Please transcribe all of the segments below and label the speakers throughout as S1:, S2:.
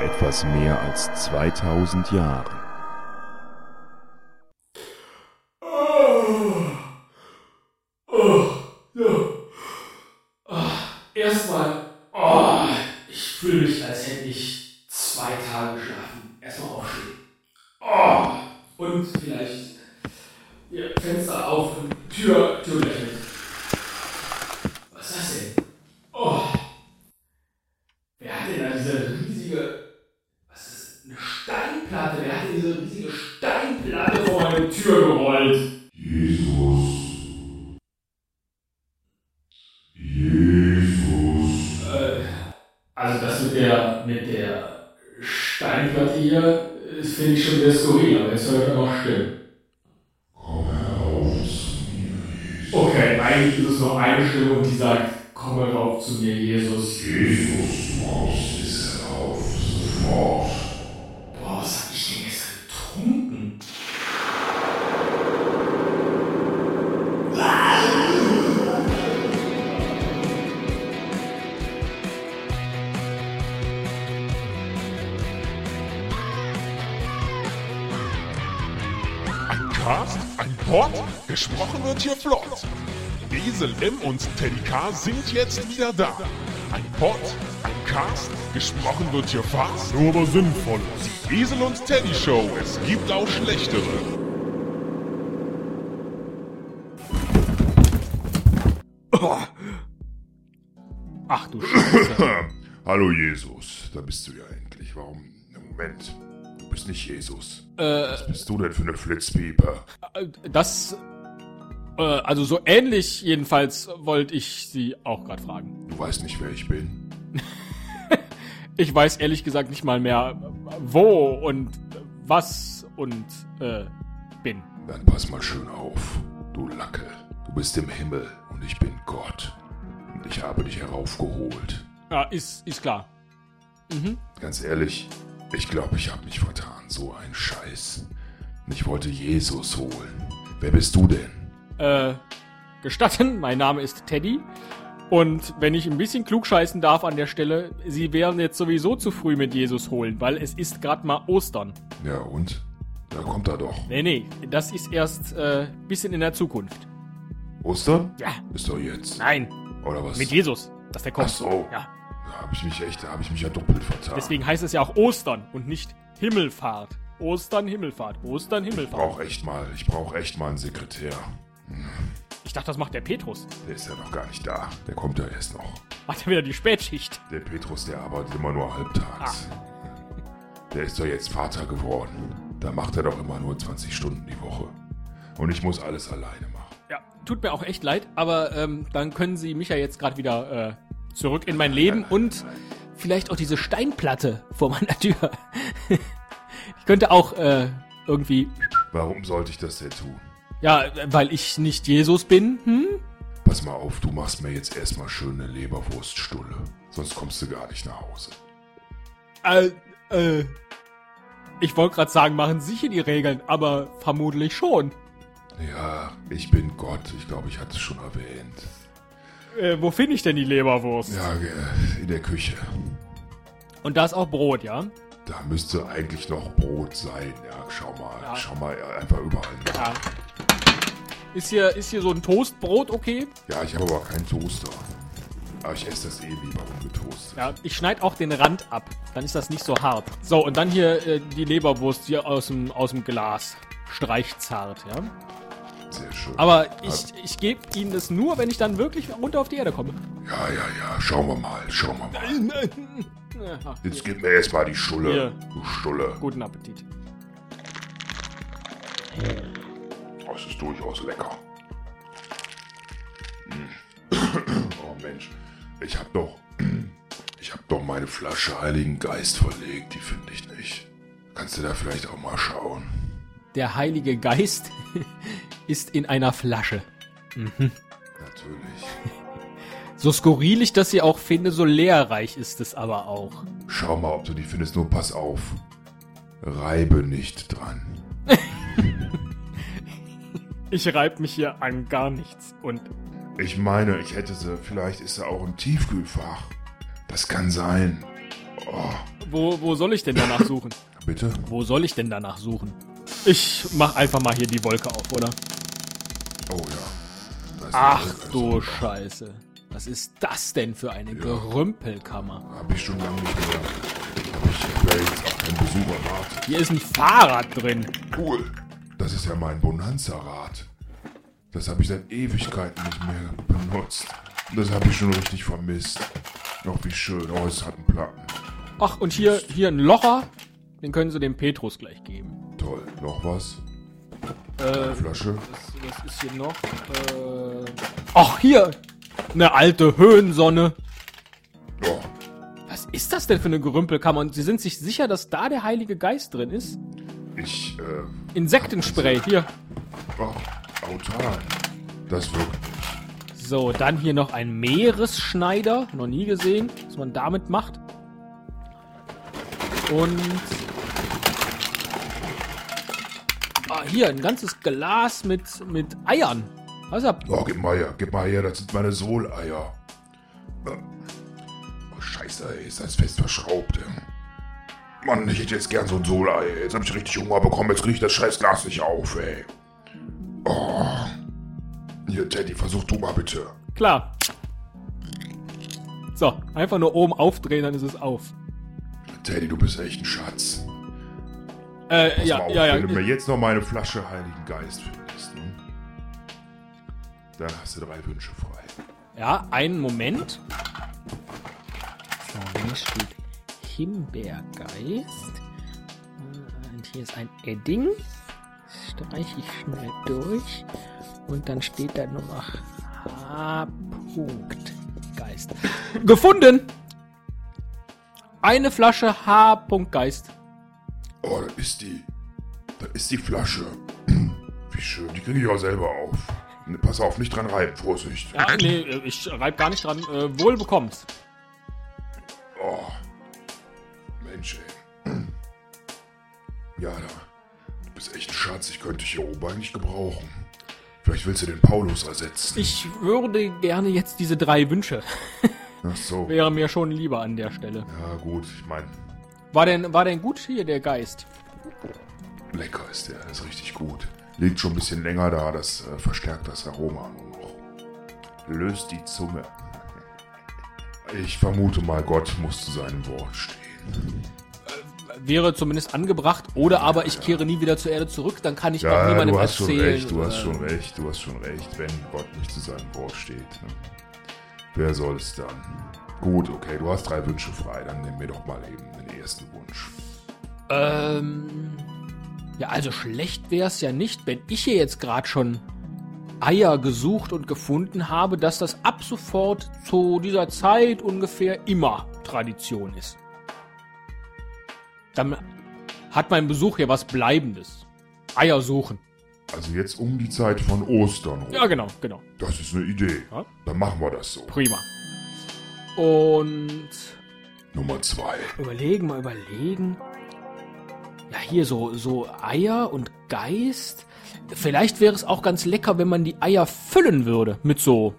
S1: etwas mehr als 2000 Jahren.
S2: Oh, ja. Ah, erstmal, oh, ich fühle mich, als hätte ich zwei Tage geschlafen. Erstmal aufstehen. Oh, und vielleicht ja, Fenster auf und Tür, Tür gleich mit. Was ist das denn? Oh. Wer hat denn da diese riesige, was ist das? Eine Steinplatte? Wer hat denn diese riesige Steinplatte vor meine Tür gerollt?
S1: Jesus. Jesus.
S2: Äh, Also das mit der, mit der Steinplatte hier, das finde ich schon wieder skurril, aber jetzt hört er noch stimmen.
S1: Komm herauf zu mir,
S2: Okay, eigentlich ist es nur eine Stimme und die sagt, komm herauf zu mir, Jesus.
S1: Jesus, du brauchst es herauf, sofort.
S2: Boah, was hab ich denn gestern getrunken?
S3: Cast, ein Pod, gesprochen wird hier flott. Esel M und Teddy K sind jetzt wieder da. Ein Pod, ein Cast, gesprochen wird hier fast, nur aber sinnvoll. Die Esel und Teddy Show, es gibt auch schlechtere.
S2: Ach du Scheiße.
S1: Hallo Oh, Jesus, da bist du ja endlich. Warum? Moment, du bist nicht Jesus.
S2: Äh,
S1: Was bist du denn für eine Flitzpieper?
S4: Das, äh, also so ähnlich jedenfalls wollte ich Sie auch gerade fragen.
S1: Du weißt nicht, wer ich bin.
S4: Ich weiß ehrlich gesagt nicht mal mehr, äh, wo und was und äh, bin.
S1: Dann pass mal schön auf, du Lacke. Du bist im Himmel und ich bin Gott. Und ich habe dich heraufgeholt.
S4: Ja, ist, ist klar. Mhm.
S1: Ganz ehrlich, ich glaube, ich habe mich vertan. So ein Scheiß. Ich wollte Jesus holen. Wer bist du denn?
S4: Äh, gestatten, mein Name ist Teddy. Und wenn ich ein bisschen klugscheißen darf an der Stelle, Sie wären jetzt sowieso zu früh mit Jesus holen, weil es ist gerade mal Ostern.
S1: Ja und? Da kommt er doch.
S4: Nee, nee, das ist erst äh, bisschen in der Zukunft.
S1: Ostern?
S4: Ja,
S1: Ist doch jetzt.
S4: nein,
S1: Oder was?
S4: mit Jesus, dass der kommt.
S1: Ach so.
S4: Ja.
S1: Da habe ich mich echt, da habe ich mich ja doppelt vertan.
S4: Deswegen heißt es ja auch Ostern und nicht Himmelfahrt. Ostern, Himmelfahrt. Ostern,
S1: Ich
S4: Himmelfahrt.
S1: brauche echt mal, ich brauche echt mal einen Sekretär.
S4: Ich dachte, das macht der Petrus.
S1: Der ist ja noch gar nicht da. Der kommt ja erst noch.
S4: Macht er wieder die Spätschicht.
S1: Der Petrus, der arbeitet immer nur halbtags. Der ist doch jetzt Vater geworden. Da macht er doch immer nur 20 Stunden die Woche. Und ich muss alles alleine machen.
S4: Ja, tut mir auch echt leid, aber ähm, dann können Sie mich ja jetzt gerade wieder äh, zurück in mein Leben und vielleicht auch diese Steinplatte vor meiner Tür. ich könnte auch äh, irgendwie...
S1: Warum sollte ich das denn tun?
S4: Ja, weil ich nicht Jesus bin. Hm?
S1: Pass mal auf, du machst mir jetzt erstmal schön eine Leberwurststulle. Sonst kommst du gar nicht nach Hause.
S4: Äh, äh... Ich wollte gerade sagen, machen Sie hier die Regeln, aber vermutlich schon.
S1: Ja, ich bin Gott. Ich glaube, ich hatte es schon erwähnt.
S4: Äh, wo finde ich denn die Leberwurst?
S1: Ja, ge- äh, in der Küche.
S4: Und da ist auch Brot, ja?
S1: Da müsste eigentlich noch Brot sein. Ja, schau mal.
S4: Ja.
S1: Schau mal äh, einfach überall. nach.
S4: Ja. Ist hier, ist hier so ein Toastbrot okay?
S1: Ja, ich habe aber keinen Toaster. Aber ich esse das eh lieber ungetoastet.
S4: Ja, ich schneide auch den Rand ab. Dann ist das nicht so hart. So, und dann hier äh, die Leberwurst hier aus dem, aus dem Glas. Streichzart, ja?
S1: Sehr schön.
S4: Aber ich, ich gebe Ihnen das nur, wenn ich dann wirklich runter auf die Erde komme.
S1: Ja, ja, ja, schauen wir mal, schauen wir mal.
S4: Aha,
S1: Jetzt gib mir erstmal die Schulle.
S4: Hier.
S1: Du Schulle.
S4: guten Appetit.
S1: Das ist durchaus lecker. Mm. oh Mensch, ich hab doch. Ich hab doch meine Flasche Heiligen Geist verlegt, die finde ich nicht. Kannst du da vielleicht auch mal schauen?
S4: Der Heilige Geist ist in einer Flasche.
S1: Natürlich.
S4: So skurril ich das hier auch finde, so lehrreich ist es aber auch.
S1: Schau mal, ob du die findest, nur pass auf. Reibe nicht dran.
S4: Ich reib mich hier an gar nichts und
S1: Ich meine, ich hätte sie. Vielleicht ist sie auch im Tiefkühlfach. Das kann sein. Oh,
S4: Wo, wo soll ich denn danach suchen?
S1: Bitte?
S4: Wo soll ich denn danach suchen? Ich mach einfach mal hier die Wolke auf, oder?
S1: Oh ja. Da ist
S4: Ach
S1: alles-
S4: du Scheiße. Was ist das denn für eine Gerümpelkammer?
S1: Hab ich schon lange nicht gehört. Hab ich hab ja jetzt auch einen Besuch erwartet.
S4: Hier ist ein Fahrrad drin.
S1: Cool. Das ist ja mein Bonanza-Rad. Das habe ich seit Ewigkeiten nicht mehr benutzt. Das habe ich schon richtig vermisst. Noch wie schön. Oh, es hat einen Platten.
S4: Ach, und hier, hier ein Locher. Den können sie dem Petrus gleich geben.
S1: Toll. Noch was?
S4: Äh,
S1: Flasche?
S4: was ist hier noch? Äh, ach, hier. Eine alte Höhensonne.
S1: Oh,
S4: Was ist das denn für eine Gerümpelkammer? Und sie sind sich sicher, dass da der Heilige Geist drin ist?
S1: ich, äh,
S4: Insektenspray, hier.
S1: oh, autan. Das wirkt nicht.
S4: So, dann hier noch ein Meeresschneider. Noch nie gesehen, was man damit macht. Und. Ah, hier, ein ganzes Glas mit, mit Eiern. Was ist das?
S1: Oh, gib mal her, gib mal her, das sind meine Sohleier. Äh, Oh, scheiße, ey, ist das fest verschraubt. ey. Mann, ich hätte jetzt gern so ein Sohlei. ey. Jetzt hab ich richtig Hunger bekommen, jetzt krieg ich das scheiß Glas nicht auf, ey. Oh. Hier, Teddy, versuch du mal bitte.
S4: Klar. So, einfach nur oben aufdrehen, dann ist es auf.
S1: Teddy, du bist echt ein Schatz.
S4: Äh,
S1: Pass mal
S4: ja,
S1: auf,
S4: ja,
S1: Wenn du
S4: ja.
S1: mir jetzt noch meine Flasche Heiligen Geist findest, ne? Dann hast du drei Wünsche frei.
S4: Ja, einen Moment.
S5: So, hier steht Himbeergeist. Äh, Und hier ist ein Edding. Das streiche ich schnell durch. Und dann steht da nur noch H. -Punkt Geist.
S4: Gefunden! Eine Flasche H. Geist.
S1: Oh, da ist die. Da ist die Flasche. Wie schön. Die kriege ich auch selber auf. Ne, Pass auf, nicht dran reiben. Vorsicht.
S4: Ja, nee, Äh, ich reib gar nicht dran. Äh, wohl bekommst.
S1: Oh. Mensch, ey. Ja, da. Du bist echt ein Schatz. Ich könnte dich hier oben eigentlich gebrauchen. Vielleicht willst du den Paulus ersetzen.
S4: Ich würde gerne jetzt diese drei Wünsche.
S1: Ach so.
S4: Wäre mir schon lieber an der Stelle.
S1: Ja, gut. Ich meine,
S4: War denn, war denn gut hier der Geist?
S1: lecker ist der. Das ist richtig gut. Liegt schon ein bisschen länger da. Das äh, verstärkt das Aroma nur noch. Löst die Zunge. Ich vermute mal, Gott muss zu seinem Wort stehen.
S4: Wäre zumindest angebracht. Oder aber ich kehre nie wieder zur Erde zurück, dann kann ich auch
S1: Ja,
S4: niemandem
S1: du hast
S4: erzählen.
S1: schon recht, du hast
S4: äh,
S1: schon recht, du hast schon recht, wenn Gott nicht zu seinem Wort steht. Ne? Wer soll es dann? Gut, okay, du hast drei Wünsche frei, dann nimm mir doch mal eben den ersten Wunsch.
S4: Ähm. Ja, also schlecht wär's ja nicht, wenn ich hier jetzt gerade schon Eier gesucht und gefunden habe, dass das ab sofort zu dieser Zeit ungefähr immer Tradition ist. Dann hat mein Besuch hier was Bleibendes. Eier suchen.
S1: Also jetzt um die Zeit von Ostern rum.
S4: Ja, genau, genau.
S1: Das ist eine Idee.
S4: Ja.
S1: Dann machen wir das so.
S4: Prima. Und
S1: Nummer zwei.
S4: überlegen, mal überlegen. Ja, hier so, so Eier und Geist. Vielleicht wäre es auch ganz lecker, wenn man die Eier füllen würde mit so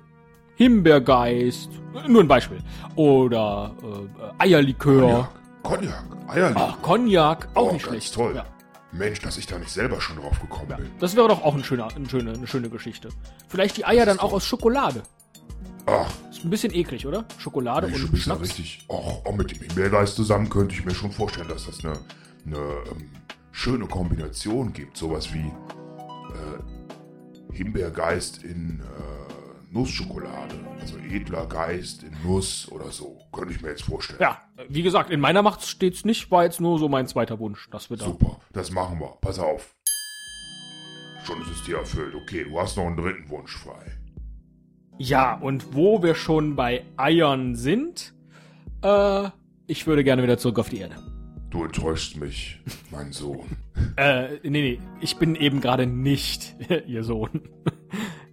S4: Himbeergeist. Nur ein Beispiel. Oder äh, Eierlikör.
S1: Cognac, Eierlikör.
S4: Ach, Cognac, Ah, auch
S1: Oh,
S4: nicht
S1: ganz
S4: schlecht.
S1: toll.
S4: Ja.
S1: Mensch, dass ich da nicht selber schon drauf gekommen bin.
S4: Das wäre doch auch ein schöner, ein schöne, eine schöne Geschichte. Vielleicht die Eier dann auch aus Schokolade.
S1: Ach,
S4: Ist ein bisschen eklig, oder? Schokolade
S1: Ich
S4: und
S1: bin ja
S4: Schnaps.
S1: richtig. Och, auch mit dem Himbeergeist zusammen könnte ich mir schon vorstellen, dass das eine, eine ähm, schöne Kombination gibt. Sowas wie äh, Himbeergeist in äh, Nussschokolade. Also edler Geist in Nuss oder so. Könnte ich mir jetzt vorstellen.
S4: Ja, wie gesagt, in meiner Macht steht's nicht, war jetzt nur so mein zweiter Wunsch, dass wir da.
S1: Super, das machen wir. Pass auf. Schon ist es dir erfüllt. Okay, du hast noch einen dritten Wunsch frei.
S4: Ja, und wo wir schon bei Eiern sind, äh, ich würde gerne wieder zurück auf die Erde.
S1: Du enttäuschst mich, mein Sohn.
S4: Äh, nee, nee, ich bin eben gerade nicht ihr Sohn.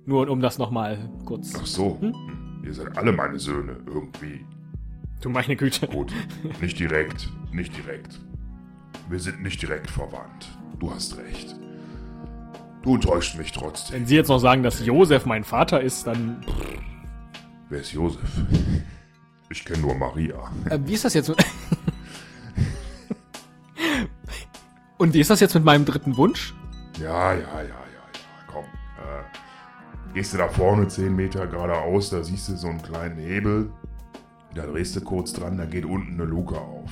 S4: Nur um das nochmal kurz.
S1: Ach so. Hm. Ihr seid alle meine Söhne irgendwie.
S4: Du meine Güte.
S1: Gut, nicht direkt, nicht direkt. Wir sind nicht direkt verwandt. Du hast recht. Du enttäuscht mich trotzdem.
S4: Wenn Sie jetzt noch sagen, dass Josef mein Vater ist, dann.
S1: Wer ist Josef? Ich kenne nur Maria.
S4: Äh, wie ist das jetzt? Und wie ist das jetzt mit meinem dritten Wunsch?
S1: Ja, ja, ja, ja, ja, komm. Äh, gehst du da vorne 10 Meter geradeaus, da siehst du so einen kleinen Hebel. Da drehst du kurz dran, dann geht unten eine Luke auf.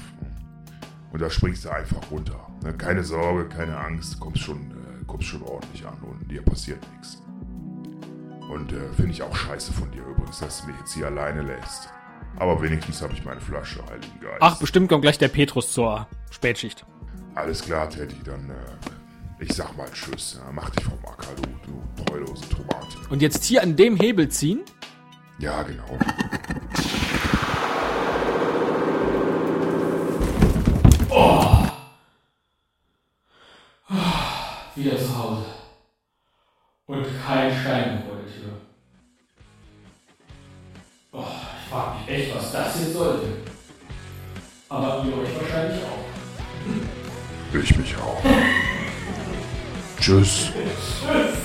S1: Und da springst du einfach runter. Ne, Keine Sorge, keine Angst, kommst schon, äh, kommst schon ordentlich an und dir passiert nichts. Und äh, finde ich auch scheiße von dir übrigens, dass du mich jetzt hier alleine lässt. Aber wenigstens habe ich meine Flasche, Heiligen Geist.
S4: Ach, bestimmt kommt gleich der Petrus zur Spätschicht.
S1: Alles klar, Teddy, dann, äh, ich sag mal Tschüss. Ja, mach dich vom Acker, du, du treulose Tomate.
S4: Und jetzt hier an dem Hebel ziehen?
S1: Ja, genau.
S2: Wieder zu Hause. Und kein Stein mehr vor der Tür. Oh, ich frag mich echt, was das jetzt sollte. Aber ihr euch wahrscheinlich auch.
S1: Ich mich auch. Tschüss.
S2: Tschüss.